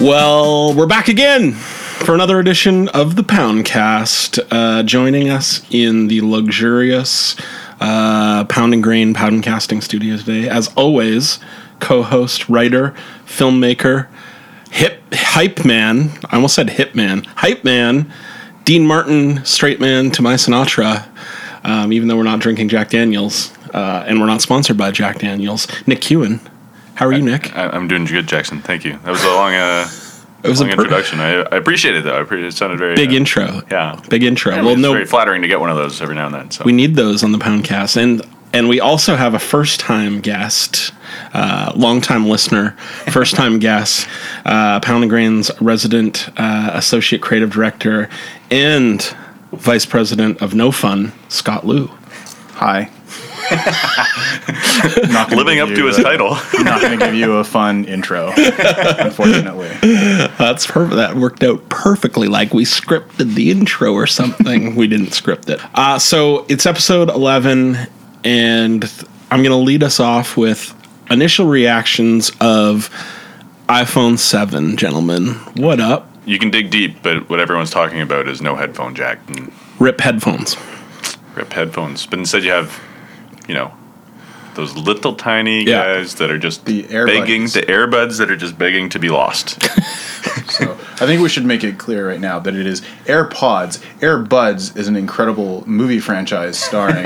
Well, we're back again for another edition of the Poundcast. Uh, joining us in the luxurious uh, Pound and Grain Pound and Casting Studio today, as always, co-host, writer, filmmaker, hip hype man. I almost said hip man, hype man, Dean Martin, straight man to my Sinatra. Um, even though we're not drinking Jack Daniels uh, and we're not sponsored by Jack Daniels, Nick Hewen. How are you, Nick? I, I'm doing good, Jackson. Thank you. That was a long, uh, It was long per- introduction. I, I appreciate it though. I appreciate it sounded very big uh, intro. Yeah, Big intro. I mean, well, it's no, very flattering to get one of those every now and then. So we need those on the Poundcast, and and we also have a first time guest, uh, long time listener, first time guest, uh, Pound and Grain's resident uh, associate creative director and vice president of No Fun, Scott Liu. Hi. not gonna living give up you to his the- title. I'm not going to give you a fun intro, unfortunately. That's perfect. That worked out perfectly. Like we scripted the intro or something. we didn't script it. Uh, so it's episode 11, and th- I'm going to lead us off with initial reactions of iPhone 7, gentlemen. What up? you can dig deep, but what everyone's talking about is no headphone jack and Rip headphones. rip headphones. But instead, you have, you know, those little tiny Yeah. guys that are just The Air begging, Buds. the earbuds that are just begging to be lost. So I think we should make it clear right now that it is AirPods. AirBuds is an incredible movie franchise starring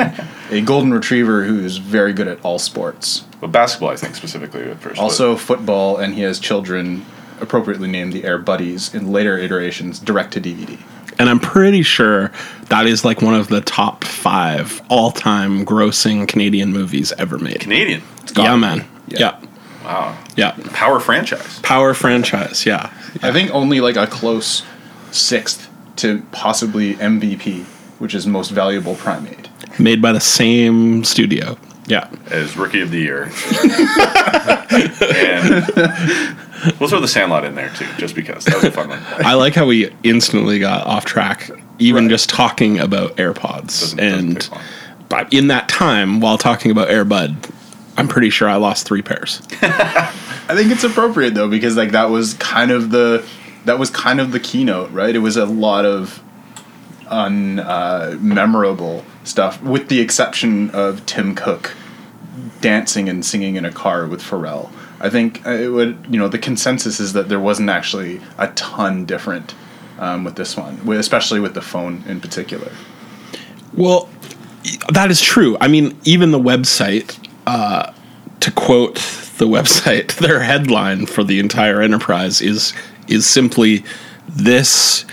a golden retriever who is very good at all sports, but basketball, I think specifically at first. but- also football, and he has children appropriately named the Air Buddies in later iterations direct to DVD. And I'm pretty sure that is like one of the top five all time grossing Canadian movies ever made. Canadian Yeah, man. Yeah. Wow. Yeah. power franchise. Power franchise. Yeah. I think only like a close sixth to possibly MVP, which is most valuable primate. Made by the same studio. Yeah. as rookie of the year. and we'll throw the Sandlot in there too, just because that was a fun one. I like how we instantly got off track, even Right. just talking about AirPods. Doesn't- doesn't and take long. but in that time, while talking about AirBud, I'm pretty sure I lost three pairs. I think it's appropriate though because like that was kind of the that was kind of the keynote, right? It was a lot of unmemorable stuff, with the exception of Tim Cook dancing and singing in a car with Pharrell. I think uh, it would you know the consensus is that there wasn't actually a ton different um, with this one, with, especially with the phone in particular. Well, that is true. I mean, even the website, uh, to quote the website, their headline for the entire enterprise is is simply this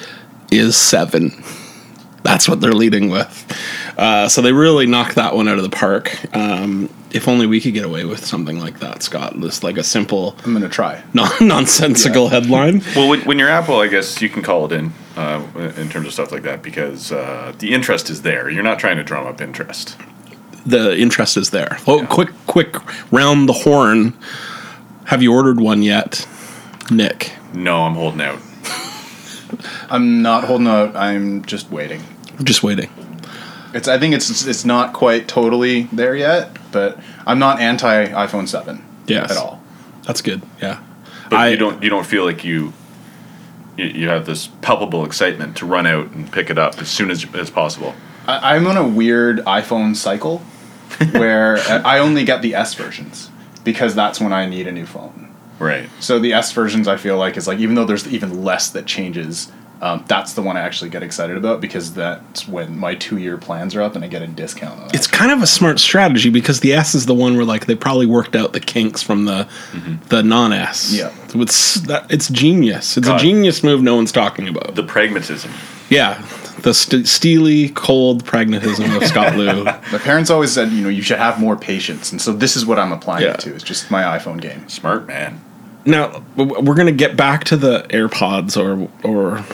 is seven. That's what they're leading with. Uh, so they really knocked that one out of the park. Um, if only we could get away with something like that, Scott. Just like a simple, I'm gonna try. non- nonsensical headline. Well, when, when you're Apple, I guess you can call it in uh, in terms of stuff like that because uh, the interest is there. You're not trying to drum up interest. the interest is there. Oh, quick, quick, round the horn. Have you ordered one yet, Nick? No, I'm holding out. I'm not holding out. I'm just waiting. I'm just waiting. It's. I think it's. It's not quite totally there yet, but I'm not anti iPhone Seven. Yes. At all. That's good. Yeah. But I- you don't you don't feel like you, you you have this palpable excitement to run out and pick it up as soon as as possible. I, I'm on a weird iPhone cycle, where I only get the S versions because that's when I need a new phone. Right. So the S versions I feel like is like even though there's even less that changes. Um, that's the one I actually get excited about because that's when my two-year plans are up and I get a discount on it. It's kind of a smart strategy because the S is the one where like they probably worked out the kinks from the Mm-hmm. the non S. Yeah. It's that it's genius. It's God. a genius move. No one's talking about. The pragmatism. yeah. The st- steely, cold pragmatism of Scott Liu. My parents always said, you know, you should have more patience, and so this is what I'm applying Yeah. it to. It's just my iPhone games. Smart man. Now w- w- we're gonna get back to the AirPods or or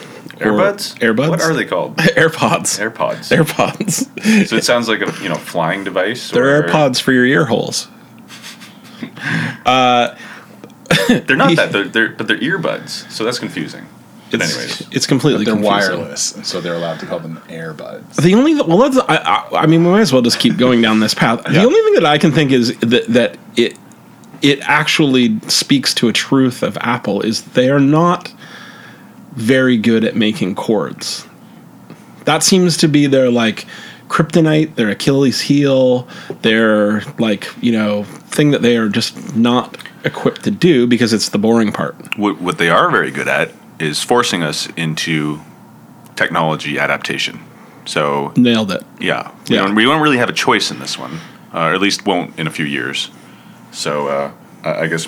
Airbuds. Or AirBuds. What are they called? AirPods. AirPods. AirPods. So it sounds like a you know flying device. They're or- AirPods for your ear holes. They're not that. They're, they're but they're earbuds. So that's confusing. But It's, anyways, it's completely They're confusing. wireless, and so they're allowed to call them earbuds. The only th- well, let's, I, I, I mean, we might as well just keep going down this path. The only thing that I can think is that that it it actually speaks to a truth of Apple is they are not very good at making chords. That seems to be their like kryptonite, their Achilles heel, their like, you know, thing that they are just not equipped to do because it's the boring part. What, what they are very good at is forcing us into technology adaptation. So Nailed it. yeah, we, Yeah. Don't, we don't really have a choice in this one, uh, or at least won't in a few years. So uh, I I guess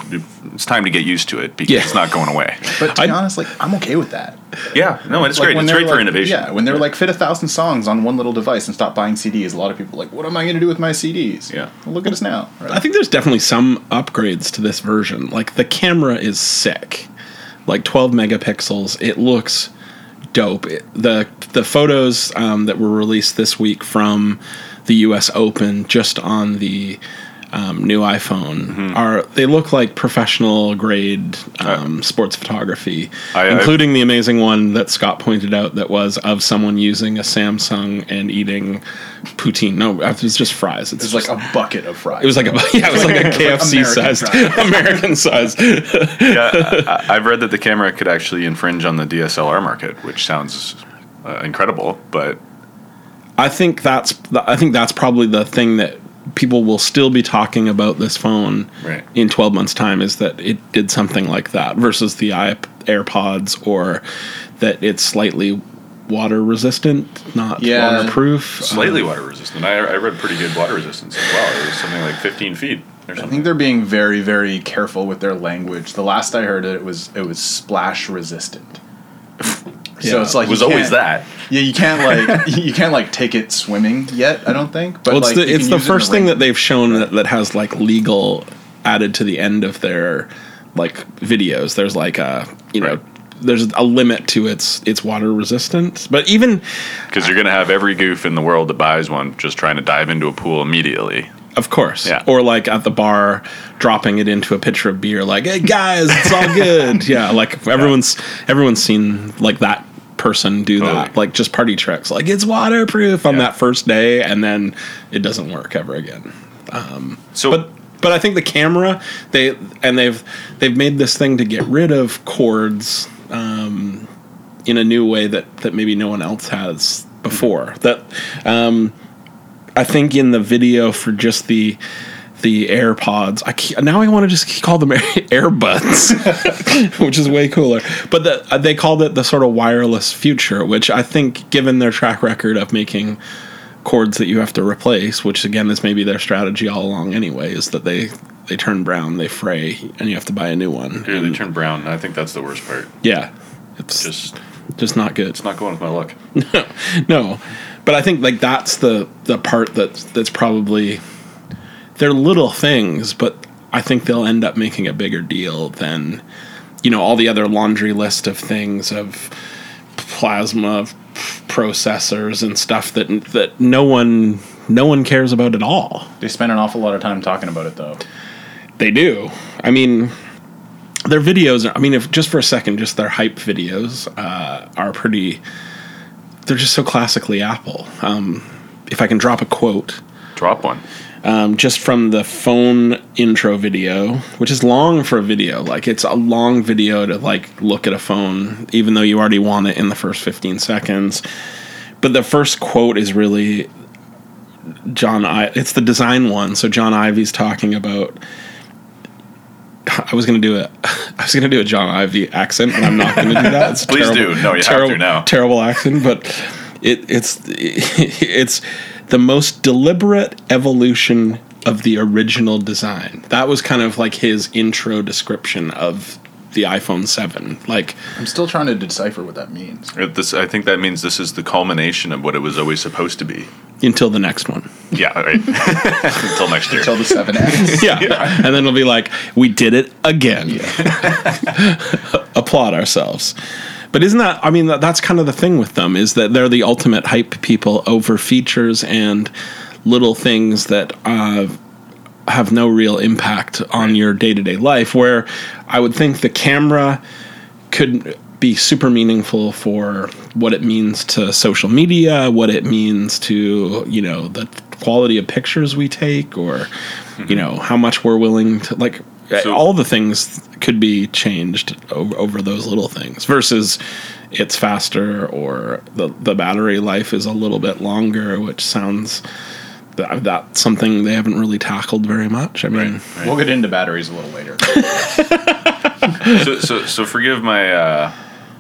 it's time to get used to it because Yeah. it's not going away. But to I- be honest, like I'm okay with that. yeah, no, it's Like, great. when It's they're great for like- innovation. Yeah, when they're like fit a thousand songs on one little device and stop buying CDs, a lot of people are like, what am I going to do with my CDs? Yeah. Well, look at us now. right? I think there's definitely some upgrades to this version. Like the camera is sick, like 12 megapixels. It looks dope. It- the The photos um, that were released this week from the U.S. Open, just on the um, new iPhone, are they look like professional grade um, sports photography, I- I- including the amazing one that Scott pointed out that was of someone using a Samsung and eating poutine. No, it was just fries. It's It's just like a bucket of fries. it was like a yeah, it was like a KFC American sized American sized. I, I've read that the camera could actually infringe on the DSLR market, which sounds uh, incredible, but I think that's I think that's probably the thing that people will still be talking about this phone Right. in 12 months time is that it did something like that versus the iP- AirPods or that it's slightly water resistant, not Yeah. waterproof. slightly Um, water resistant. I, I read pretty good water resistance as well. It was something like 15 feet or I something. think they're being very, very careful with their language. The last I heard it, it was it was splash resistant. Yeah. So it's like it was you always that. can't- Yeah, you can't like you can't like take it swimming yet. I don't think. But well, it's like, you the, it's can the use it in first thing rain. that they've shown that, that has like legal added to the end of their like videos. There's like a you know Right. there's a limit to its its water resistance. But even Because you're going to have every goof in the world that buys one just trying to dive into a pool immediately. of course, Yeah. or like at the bar, dropping it into a pitcher of beer, like hey guys, it's all good. yeah, like everyone's everyone's seen like that person do Totally. that, like just party tricks, like it's waterproof on Yeah. that first day, and then it doesn't work ever again. So, but but I think the camera they and they've they've made this thing to get rid of cords um, in a new way that that maybe no one else has before. That um, I think in the video for just the the AirPods, I ca- now I want to just call them AirBuds, which is way cooler. But the, uh, they called it the sort of wireless future, which I think, given their track record of making cords that you have to replace, which again is maybe their strategy all along anyway, is that they they turn brown, they fray, and you have to buy a new one. yeah, they And- turn brown. and I think that's the worst part. yeah, it's just, Just not good. it's not going with my luck. No, but I think like that's the the part that that's probably they're little things, but I think they'll end up making a bigger deal than you know all the other laundry list of things of plasma processors and stuff that that no one no one cares about at all. they spend an awful lot of time talking about it though. They do. I mean, their videos. Are, I mean, if just for a second, just their hype videos uh, are pretty. They're just so classically Apple. Um, if I can drop a quote Drop one. um, just from the phone intro video, which is long for a video. Like it's a long video to like look at a phone, even though you already want it in the first 15 seconds. But the first quote is really John. I- it's the design one. So John Ivy's talking about. I was gonna do a, I was gonna do a John Ivy accent, and I'm not gonna do that. It's Please do. No, you have to terrible, now. Terrible accent, but it, it's it's the most deliberate evolution of the original design. That was kind of like his intro description of the iPhone Seven. Like, I'm still trying to decipher what that means. It- This, I think that means this is the culmination of what it was always supposed to be. until the next one. Yeah, all right. Until next year. Till the seven X. yeah. And then it'll be like, we did it again. Applaud ourselves. But isn't that, I mean, that, that's kind of the thing with them is that they're the ultimate hype people over features and little things that uh, have no real impact on your day to day life. Where I would think the camera could be super meaningful for what it means to social media, what it means to, you know, the quality of pictures we take or you know, how much we're willing to like So- all the things could be changed over, over those little things versus it's faster or the, the battery life is a little bit longer, which sounds that, that's something they haven't really tackled very much. I mean, Right. We'll get into batteries a little later. so, so, so forgive my uh,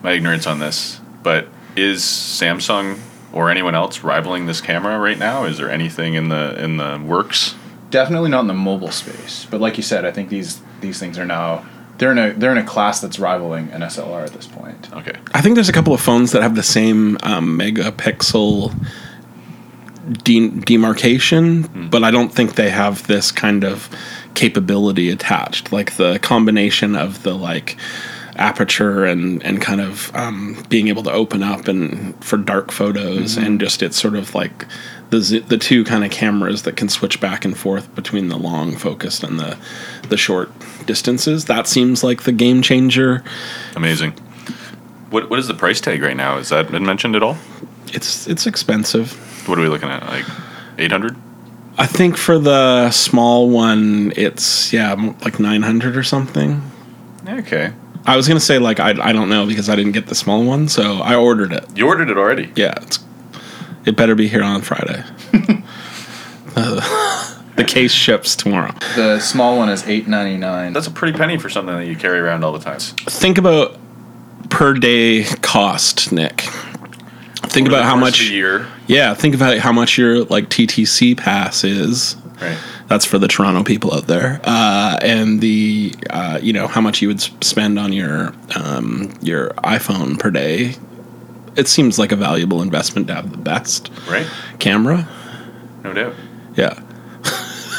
my ignorance on this, but is Samsung or anyone else rivaling this camera right now? Is there anything in the in the works? Definitely not in the mobile space, but like you said, I think these these things are now they're in a they're in a class that's rivaling an SLR at this point. Okay, I think there's a couple of phones that have the same um, megapixel de- demarcation, but I don't think they have this kind of capability attached. Like the combination of the like aperture and and kind of um, being able to open up and for dark photos and just it's sort of like the z- the two kind of cameras that can switch back and forth between the long focused and the the short distances. That seems like the game changer. amazing. What what is the price tag right now? Has that been mentioned at all? It's it's expensive. What are we looking at? Like eight hundred? I think for the small one, it's yeah, m- like nine hundred or something. Okay, I was gonna say like I, I don't know because I didn't get the small one, so I ordered it. you ordered it already. Yeah, it's it better be here on Friday. Uh, the case ships tomorrow. The small one is eight ninety nine. That's a pretty penny for something that you carry around all the time. Think about per day cost, Nick. Think about Over the how course of much. the year, Yeah, think about how much your like TTC pass is. right? That's for the Toronto people out there, uh, and the uh, you know how much you would s- spend on your um, your iPhone per day. It seems like a valuable investment to have the best Right? camera. No doubt. Yeah,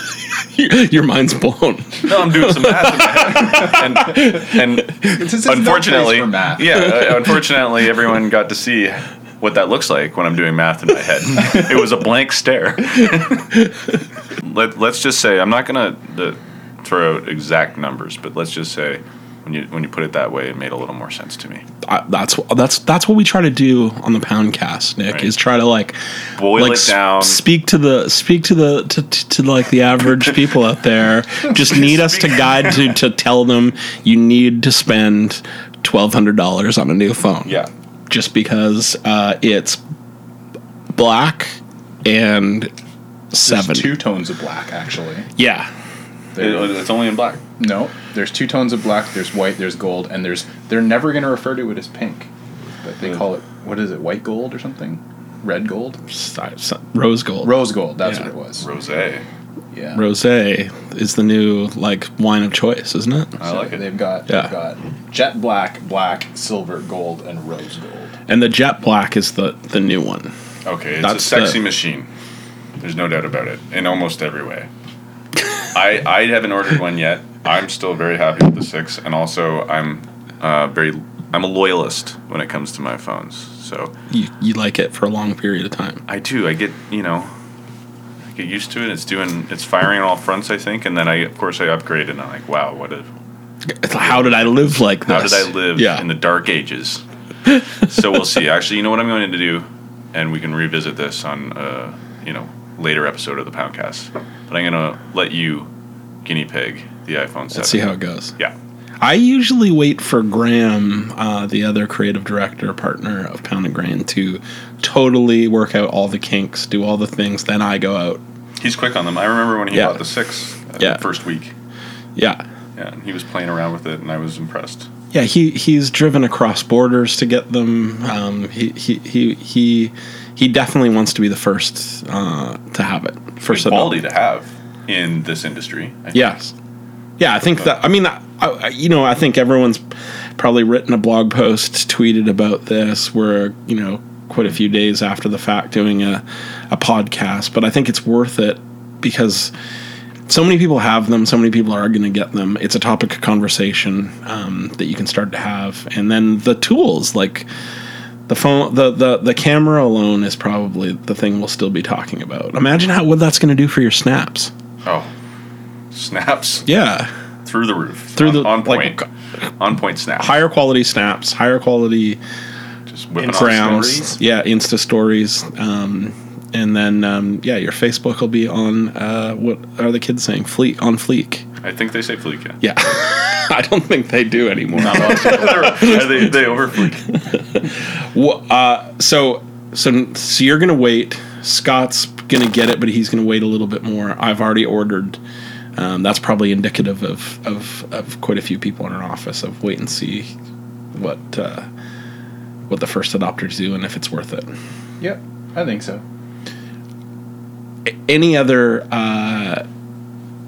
your mind's blown. No, I'm doing some math in my head. And, and It's- it's- it's no unfortunately, place for math. yeah, uh, unfortunately, everyone got to see what that looks like when I'm doing math in my head. it was a blank stare. Let, let's just say I'm not gonna uh, throw out exact numbers, but let's just say when you when you put it that way, it made a little more sense to me. I, that's that's that's what we try to do on the Poundcast, Nick. Right. Is try to like Boil like it s- down. speak to the speak to the to, to, to like the average people out there just need us to guide to to tell them you need to spend $1200 on a new phone Yeah. just because uh, it's black and There's seven two tones of black actually. yeah It- it's only in black. No, there's two tones of black. There's white. There's gold, and there's they're never going to refer to it as pink, but they Mm. call it what is it? White gold or something? Red gold? S- s- rose gold Rose gold. That's Yeah. what it was. Rose. Yeah. rose is the new like wine of choice isn't it I like it. They've got Yeah. they've got jet black, black, silver, gold, and rose gold. and the jet black is the the new one Okay, it's a That's sexy the- machine. There's no doubt about it, in almost every way. I I haven't ordered one yet. I'm still very happy with the six, and also I'm uh, very I'm a loyalist when it comes to my phones. So you, you like it for a long period of time I do. I get you know, I get used to it. It's doing it's firing on all fronts, I think, and then I of course I upgrade, and I'm like, wow, what a How did I live like How this? did I live Yeah. in the dark ages? so we'll see. Actually, you know what I'm going to do, and we can revisit this on uh, you know later episode of the Poundcast. But I'm going to let you guinea pig the iPhone 7. Let's see how it goes. yeah. I usually wait for Graham, uh, the other creative director partner of Pound and Grain, to totally work out all the kinks, do all the things. Then I go out. He's quick on them. I remember when he Yeah. bought the six uh, Yeah. first week. Yeah, Yeah, and he was playing around with it, and I was impressed. yeah. He he's driven across borders to get them. Um, he, he he he he definitely wants to be the first uh, to have it. First Good of all. quality to have in this industry. I think. Yes. Yeah, I think that. I mean, I, I, you know, I think everyone's probably written a blog post, tweeted about this. We're you know quite a few days after the fact doing a a podcast, but I think it's worth it because so many people have them. So many people are going to get them. It's a topic of conversation um, that you can start to have, and then the tools like. The phone, the, the the camera alone is probably the thing we'll still be talking about. Imagine how what that's going to do for your snaps. Oh, snaps Yeah, through the roof. Through on, the- on like- point. on point snap. higher quality snaps, higher quality Just whipping off grounds. stories. Yeah, Insta stories. Um, and then um, yeah, your Facebook will be on uh, what are the kids saying? Fleek on Fleek. I think they say fleek. Yeah. Yeah. I don't think they do anymore. They're- they they over fleek. Wha- uh, so, so, so you're gonna wait. Scott's gonna get it, but he's gonna wait a little bit more. I've already ordered. Um, that's probably indicative of, of of quite a few people in our office of wait and see what uh, what the first adopters do and if it's worth it. Yep, I think so. Any other uh,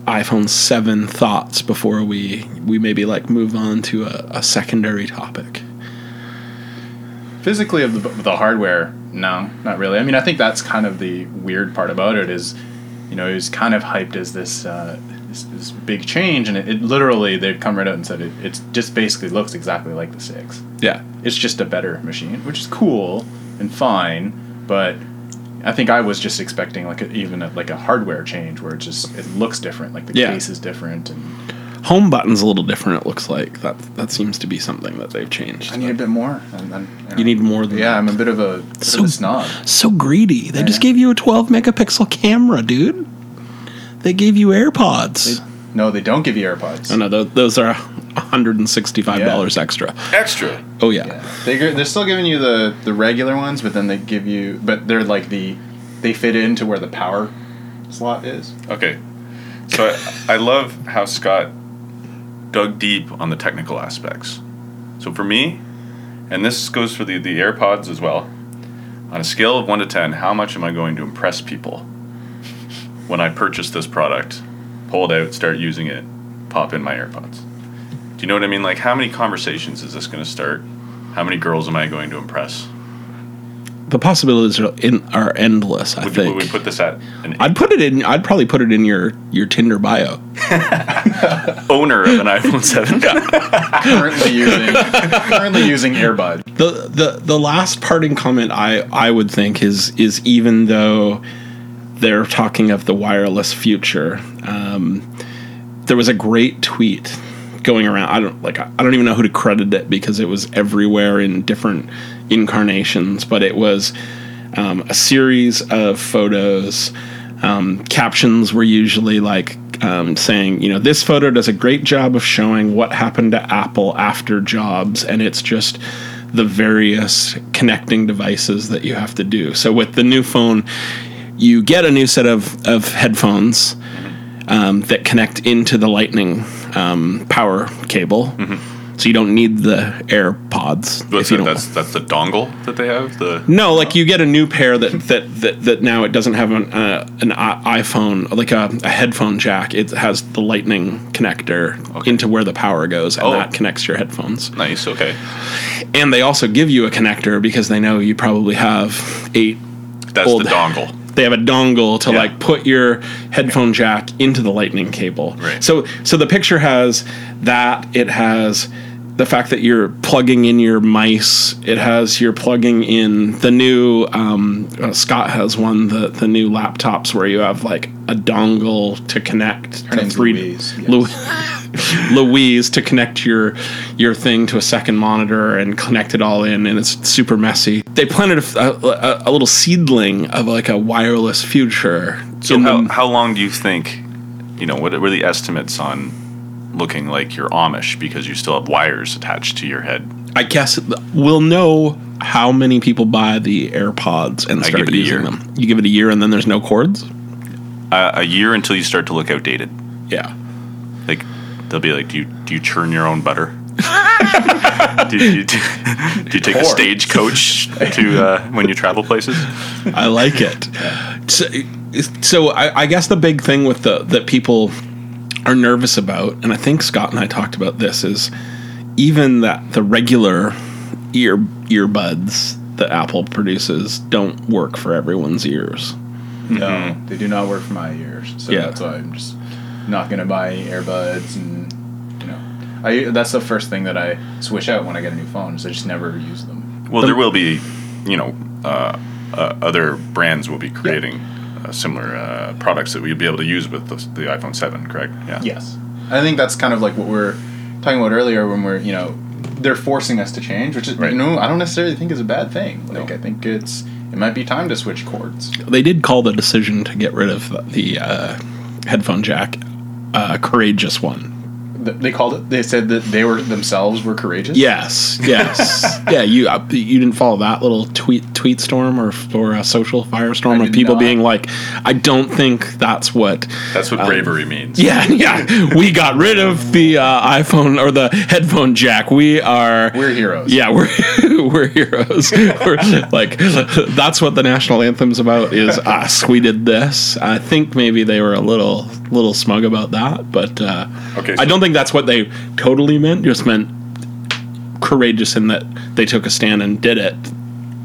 iPhone seven thoughts before we we maybe like move on to a, a secondary topic? Physically, of the, the hardware, no, not really. I mean, I think that's kind of the weird part about it is, you know, it was kind of hyped as this uh, this, this big change, and it, it literally they've come right out and said it it's just basically looks exactly like the six. Yeah, It's just a better machine, which is cool and fine, but. I think I was just expecting like a, even a, like a hardware change where it just it looks different, like the Yeah. case is different, and home button's a little different. It looks like that that seems to be something that they've changed. I need a bit more. And, You need more than Yeah, that. I'm a bit of a, bit So- of a snob. So greedy. They just Yeah. gave you a 12 megapixel camera, dude. They gave you AirPods. No, they don't give you AirPods. oh no, those, those are $165 extra. Extra. Oh yeah. Yeah, they gr- they're still giving you the the regular ones, but then they give you, but they're like the they fit into where the power slot is. Okay. So I, I love how Scott dug deep on the technical aspects. So for me, and this goes for the, the AirPods as well, on a scale of 1 to 10, how much am I going to impress people when I purchase this product, pull it out, start using it, pop in my AirPods? Do you know what I mean? Like, how many conversations is this going to start? How many girls am I going to impress? The possibilities are in, are endless, I Would, you, think. would we put this at an I'd put it in I'd probably put it in your your Tinder bio. owner of an iPhone 7? Currently using currently using Airbud. the the the last parting comment I I would think is is even though they're talking of the wireless future, um, there was a great tweet going around. I don't like I don't even know who to credit it because it was everywhere in different incarnations, but it was um, a series of photos. Um, captions were usually like um, saying, you know, this photo does a great job of showing what happened to Apple after Jobs, and it's just the various connecting devices that you have to do. So with the new phone, you get a new set of, of headphones um, that connect into the Lightning um, power cable. So you don't need the AirPods. What's if you that? don't- Hmm? That's that's the dongle that they have. The no, like you get a new pair that that that, that now it doesn't have an uh, an i- iPhone like a, a headphone jack. It has the Lightning connector Okay. into where the power goes, and Oh. that connects your headphones. nice. Okay. And they also give you a connector because they know you probably have eight. That's Old- the dongle. They have a dongle to Yeah. like put your headphone jack into the Lightning cable. Right. So so the picture has that. It has. The fact that you're plugging in your mice, it has you're plugging in the new um, uh, Scott has one the the new laptops where you have like a dongle to connect Her to name's three- Louise, yes. Lou- Louise to connect your your thing to a second monitor and connect it all in, and it's super messy. They planted a, a, a little seedling of like a wireless future. So in how, the- how long do you think? You know, what are the estimates on looking like you're Amish because you still have wires attached to your head? I guess we'll know how many people buy the AirPods and I start give it a using year. them. You give it a year, and then there's no cords. Uh, a year until you start to look outdated. Yeah. Like they'll be like, do you do you churn your own butter? do, you, do, you- do you take a course. stagecoach to uh, when you travel places? I like it. So, so I, I guess the big thing with the that people are nervous about, and I think Scott and I talked about this, is even that the regular ear earbuds that Apple produces don't work for everyone's ears. No, they do not work for my ears, Mm-hmm. so Yeah. that's why I'm just not gonna buy any Airbuds, and you know, I that's the first thing that I switch out when I get a new phone. Is I just never use them. Well, there will be, you know, uh, uh, other brands will be creating uh, similar uh, products that we'd be able to use with the, the iPhone 7, correct? Yeah. Yes, I think that's kind of like what we're talking about earlier when we're you know they're forcing us to change, which is Right. you know I don't necessarily think is a bad thing. Like No. I think it's it might be time to switch cords. They did call the decision to get rid of the uh, headphone jack uh, courageous one. Th- They called it. They said that they were themselves were courageous. Yes, yes, yeah. You uh, you didn't follow that little tweet tweet storm or or a social I firestorm of did people not. being like, I don't think that's what. That's what bravery means. Um, Yeah, yeah. We got rid of the uh, iPhone or the headphone jack. We are we're heroes. Yeah, we're we're heroes. we're like that's what the national anthem's about is us. We did this. I think maybe they were a little little smug about that, but uh, Okay, I so- don't think that's what they totally meant. Just meant courageous in that they took a stand and did it.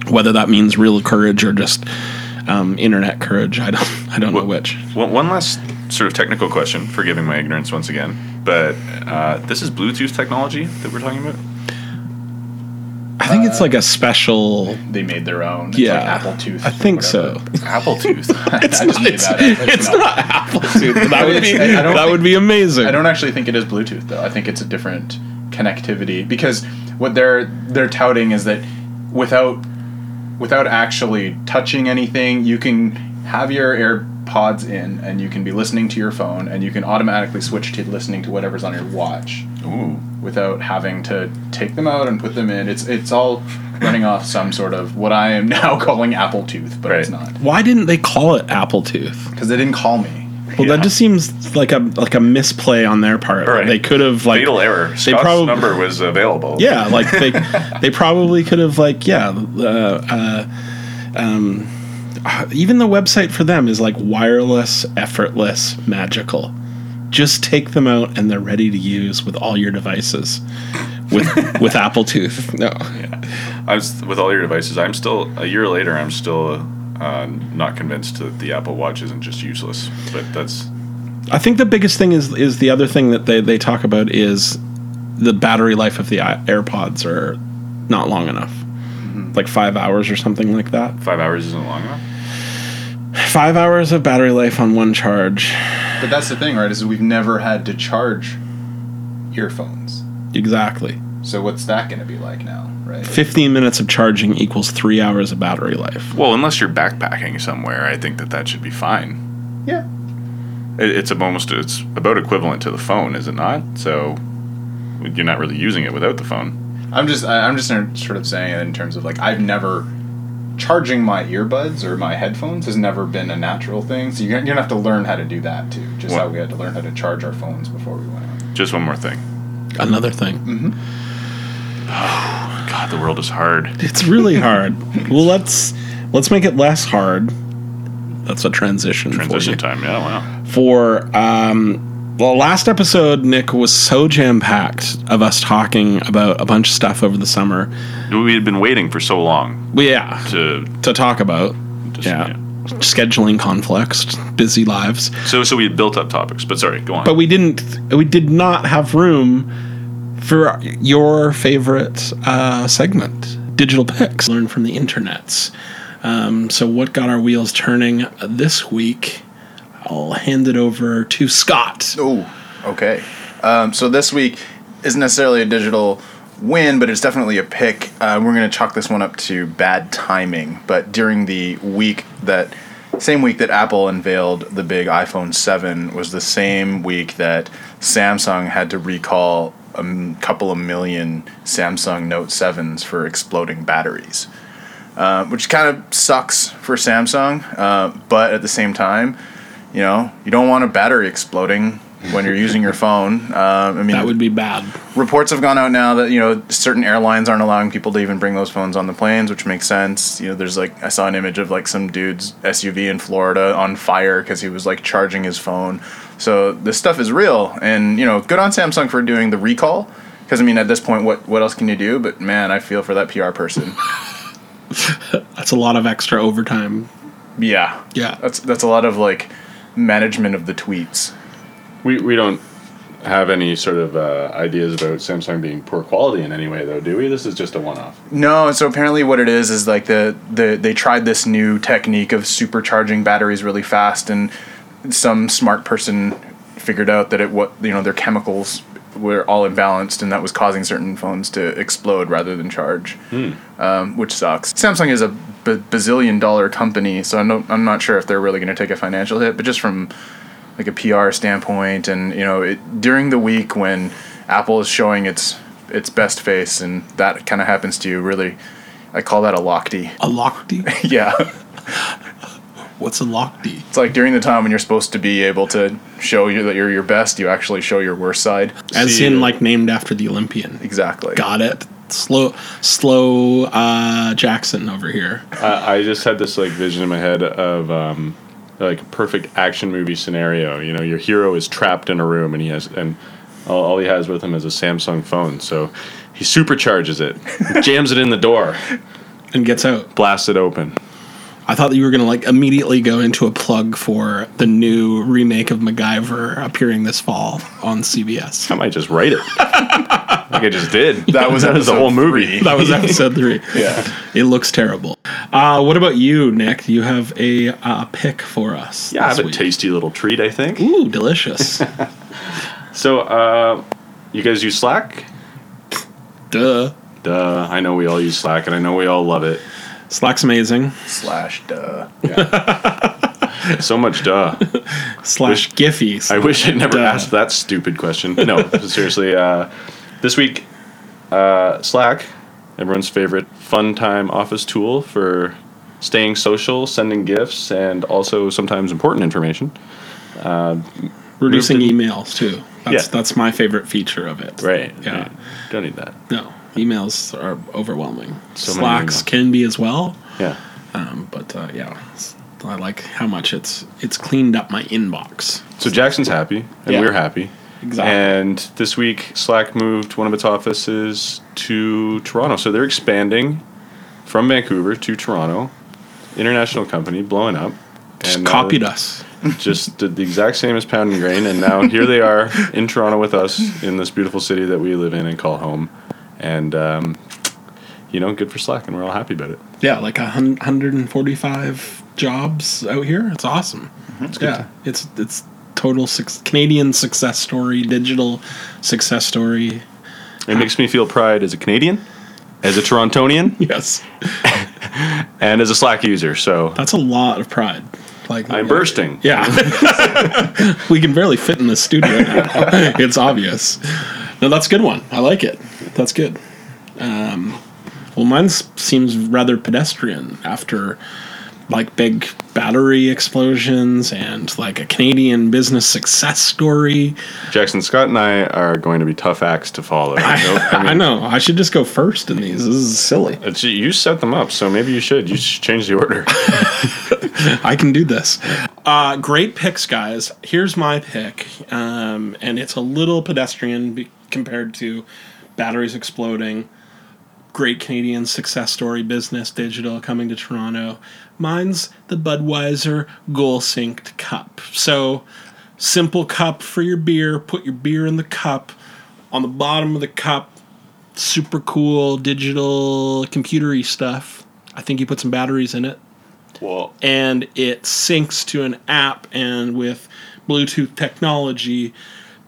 Whether that means real courage or just um, internet courage, I don't I don't know which. One, one last sort of technical question, forgiving my ignorance once again, but uh, this is Bluetooth technology that we're talking about. I think it's like a special. They made their own. It's Yeah, Like Apple Tooth. I think whatever. so. Apple Tooth. It's I not. just made It's, that up. it's No. not Apple Tooth. but That would be. It's- I don't That think- would be amazing. I don't actually think it is Bluetooth though. I think it's a different connectivity because what they're they're touting is that without without actually touching anything, you can have your AirPods in and you can be listening to your phone and you can automatically switch to listening to whatever's on your watch Ooh. without having to take them out and put them in. It's it's all running off some sort of what I am now calling Apple Tooth, but it's Right. not Why didn't they call it Appletooth? because they didn't call me. Well, Yeah. that just seems like a like a misplay on their part. Right. They could have like Fatal error. Scott's probab- number was available. yeah, like they they probably could have like yeah, uh, uh, um, uh, even the website for them is like wireless, effortless, magical. Just take them out and they're ready to use with all your devices. With with Appletooth, no, I was with all your devices. I'm still a year later. I'm still uh, not convinced that the Apple Watch isn't just useless. But that's I think the biggest thing is is the other thing that they, they talk about is the battery life of the i- AirPods are not long enough, like five hours or something like that. five hours isn't long enough. Five hours of battery life on one charge, But that's the thing, right? Is we've never had to charge earphones. exactly. So what's that going to be like now, right? Fifteen minutes of charging equals three hours of battery life. Well, unless you're backpacking somewhere, I think that that should be fine. Yeah. It, it's almost it's about equivalent to the phone, is it not? So you're not really using it without the phone. I'm just I- I'm just sort of saying it in terms of like I've never charging my earbuds or my headphones has never been a natural thing. So you're, gonna- you're gonna have to learn how to do that too. Just What? how we had to learn how to charge our phones before we went out. Just one more thing. Another thing, God, the world is hard. it's really hard. well, let's let's make it less hard. That's a transition. for you. Transition time. Yeah, wow. for um well last episode nick was so jam-packed of us talking about a bunch of stuff over the summer We had been waiting for so long well, yeah to. to talk about to yeah scheduling conflicts busy lives So so we had built up topics, but sorry, go on. but we didn't we did not have room for your favorite uh, segment digital picks learn from the internets um, so what got our wheels turning this week i'll hand it over to scott Oh, okay. Um, so this week isn't necessarily a digital win, but it's definitely a pick. Uh, we're going to chalk this one up to bad timing. But during the week that, same week that Apple unveiled the big iPhone 7, was the same week that Samsung had to recall a m- couple of million Samsung Note 7s for exploding batteries which kind of sucks for Samsung. Uh, but at the same time, you know, you don't want a battery exploding when you're using your phone. Um, I mean, that would be bad reports have gone out now that you know certain airlines aren't allowing people to even bring those phones on the planes, which makes sense. You know, there's like I saw an image of like some dude's SUV in Florida on fire because he was like charging his phone. So this stuff is real, and you know, good on Samsung for doing the recall. Because I mean, at this point, what what else can you do? But man, I feel for that PR person. That's a lot of extra overtime. Yeah. Yeah. That's that's a lot of like management of the tweets. We, we don't have any sort of uh, ideas about Samsung being poor quality in any way, though, do we? This is just a one off. No, so apparently what it is is like the, the they tried this new technique of supercharging batteries really fast and some smart person figured out that it what you know their chemicals were all imbalanced and that was causing certain phones to explode rather than charge. Um, which sucks. Samsung is a b- bazillion dollar company, so I'm, no, I'm not sure if they're really going to take a financial hit, but just from like a PR standpoint, and you know, it, during the week when Apple is showing its its best face, and that kind of happens to you. Really, I call that a lockty. A lockty? yeah. What's a lockty? It's like during the time when you're supposed to be able to show you that you're your best, you actually show your worst side. As See- in, like named after the Olympian. Exactly. Got it. Slow, slow uh, Jackson over here. Uh, I, I just had this like vision in my head of um, like a perfect action movie scenario. You know, your hero is trapped in a room and he has and all, all he has with him is a Samsung phone. So he supercharges it, jams it in the door, And gets out. blasts it open. I thought that you were gonna like immediately go into a plug for the new remake of MacGyver appearing this fall on CBS. I might just write it like I just did. That was that is the episode whole movie. That was episode three. Yeah. It looks terrible. Uh, what about you, Nick? You have a uh, pick for us. Yeah, I this have a week. tasty little treat. I think. Ooh, delicious. So, uh, you guys use Slack? Duh. Duh. I know we all use Slack, and I know we all love it. Slack's amazing. Slash duh. So much duh. Slash Giphy. I wish I'd never Duh. asked that stupid question. No, seriously. Uh, this week, uh, Slack, everyone's favorite fun time office tool for staying social, sending gifts, and also sometimes important information. Reducing moved emails too. That's Yeah. that's my favorite feature of it. Yeah. right. Don't need that. No. Emails are overwhelming. So many Slacks emails. can be as well. Yeah. Um, but uh, yeah, it's- I like how much it's it's cleaned up my inbox. So Jackson's happy, and Yeah. we're happy. Exactly. And this week, Slack moved one of its offices to Toronto. So they're expanding from Vancouver to Toronto. International company blowing up. Just And uh, now copied us. Just did the exact same as Pound and Grain. And now here they are in Toronto with us in this beautiful city that we live in and call home. And, um, you know, good for Slack. And we're all happy about it. Yeah, like a hun- 145 jobs out here. It's awesome. yeah, it's it's total suc Canadian success story, digital success story. It makes me feel pride as a Canadian, as a Torontonian, Yes, and as a Slack user. So that's a lot of pride. Like I'm bursting. Yeah, we can barely fit in the studio. Now. it's obvious. No, that's a good one. I like it. That's good. Um, well, mine s- seems rather pedestrian after like big battery explosions and like a Canadian business success story. Jackson Scott and I are going to be tough acts to follow. I, know. I should just go first in these. This is silly. It's, you set them up, so maybe you should. You should change the order. I can do this. Uh, great picks, guys. Here's my pick, um, and it's a little pedestrian be- compared to batteries exploding. Great Canadian success story, business, digital, coming to Toronto. Mine's the Budweiser Goal Synced Cup. So, simple cup for your beer. Put your beer in the cup. On the bottom of the cup, super cool digital computery stuff. I think you put some batteries in it well, and it syncs to an app and with Bluetooth technology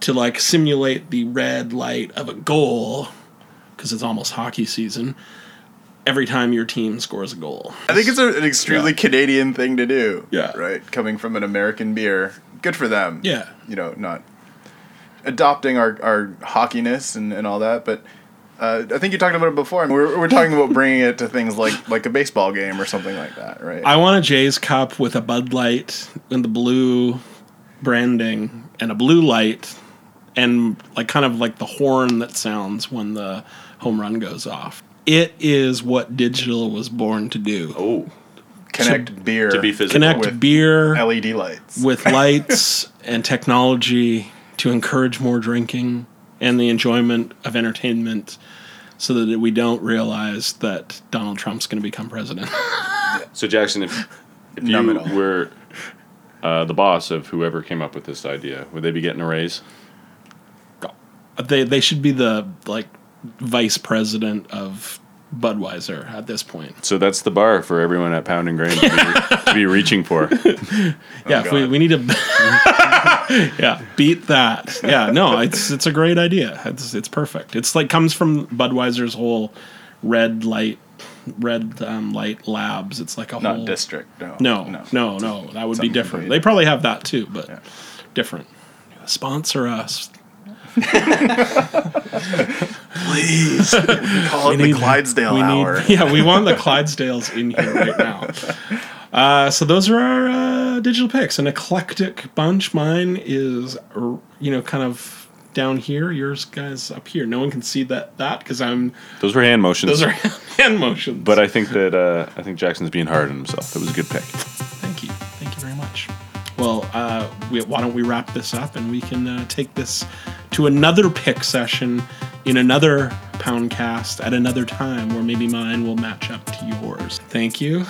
to like simulate the red light of a goal because it's almost hockey season every time your team scores a goal. I think it's a, an extremely Canadian thing to do. Yeah. Right? Coming from an American beer. Good for them. Yeah. You know, not adopting our, our hockiness and, and all that, but uh, I think you talked about it before. and We're, we're talking about bringing it to things like, like a baseball game or something like that, right? I want a Jay's cup with a Bud Light and the blue branding and a blue light and like kind of like the horn that sounds when the home run goes off. It is what digital was born to do. oh, Connect beer to be physical. Connect with beer LED lights. with lights and technology to encourage more drinking and the enjoyment of entertainment so that we don't realize that Donald Trump's going to become president. So Jackson, if if Numb you it all. were uh, the boss of whoever came up with this idea, would they be getting a raise? they they should be the like vice president of Budweiser at this point. So that's the bar for everyone at Pound and Grain to be, to be reaching for. yeah, if we, Oh, God. we need to Yeah, beat that. Yeah, no, it's it's a great idea. It's it's perfect. It's like comes from Budweiser's whole red light red um, light labs. It's like a not whole district, no. No, no, no. That would be Something different. completely They probably have that too, but different. Sponsor us. Call it the Clydesdale we hour. Need, yeah, we want the Clydesdales in here right now. Uh, so those are our uh, digital picks. An eclectic bunch. Mine is, er, you know, kind of down here. Yours, guys, up here. No one can see that that because I'm. Those were hand motions. Those are hand motions. But I think that uh, I think Jackson's being hard on himself. That was a good pick. Thank you. Thank you very much. Well, uh, we, why don't we wrap this up and we can uh, take this to another pick session in another Poundcast at another time where maybe mine will match up to yours. Thank you.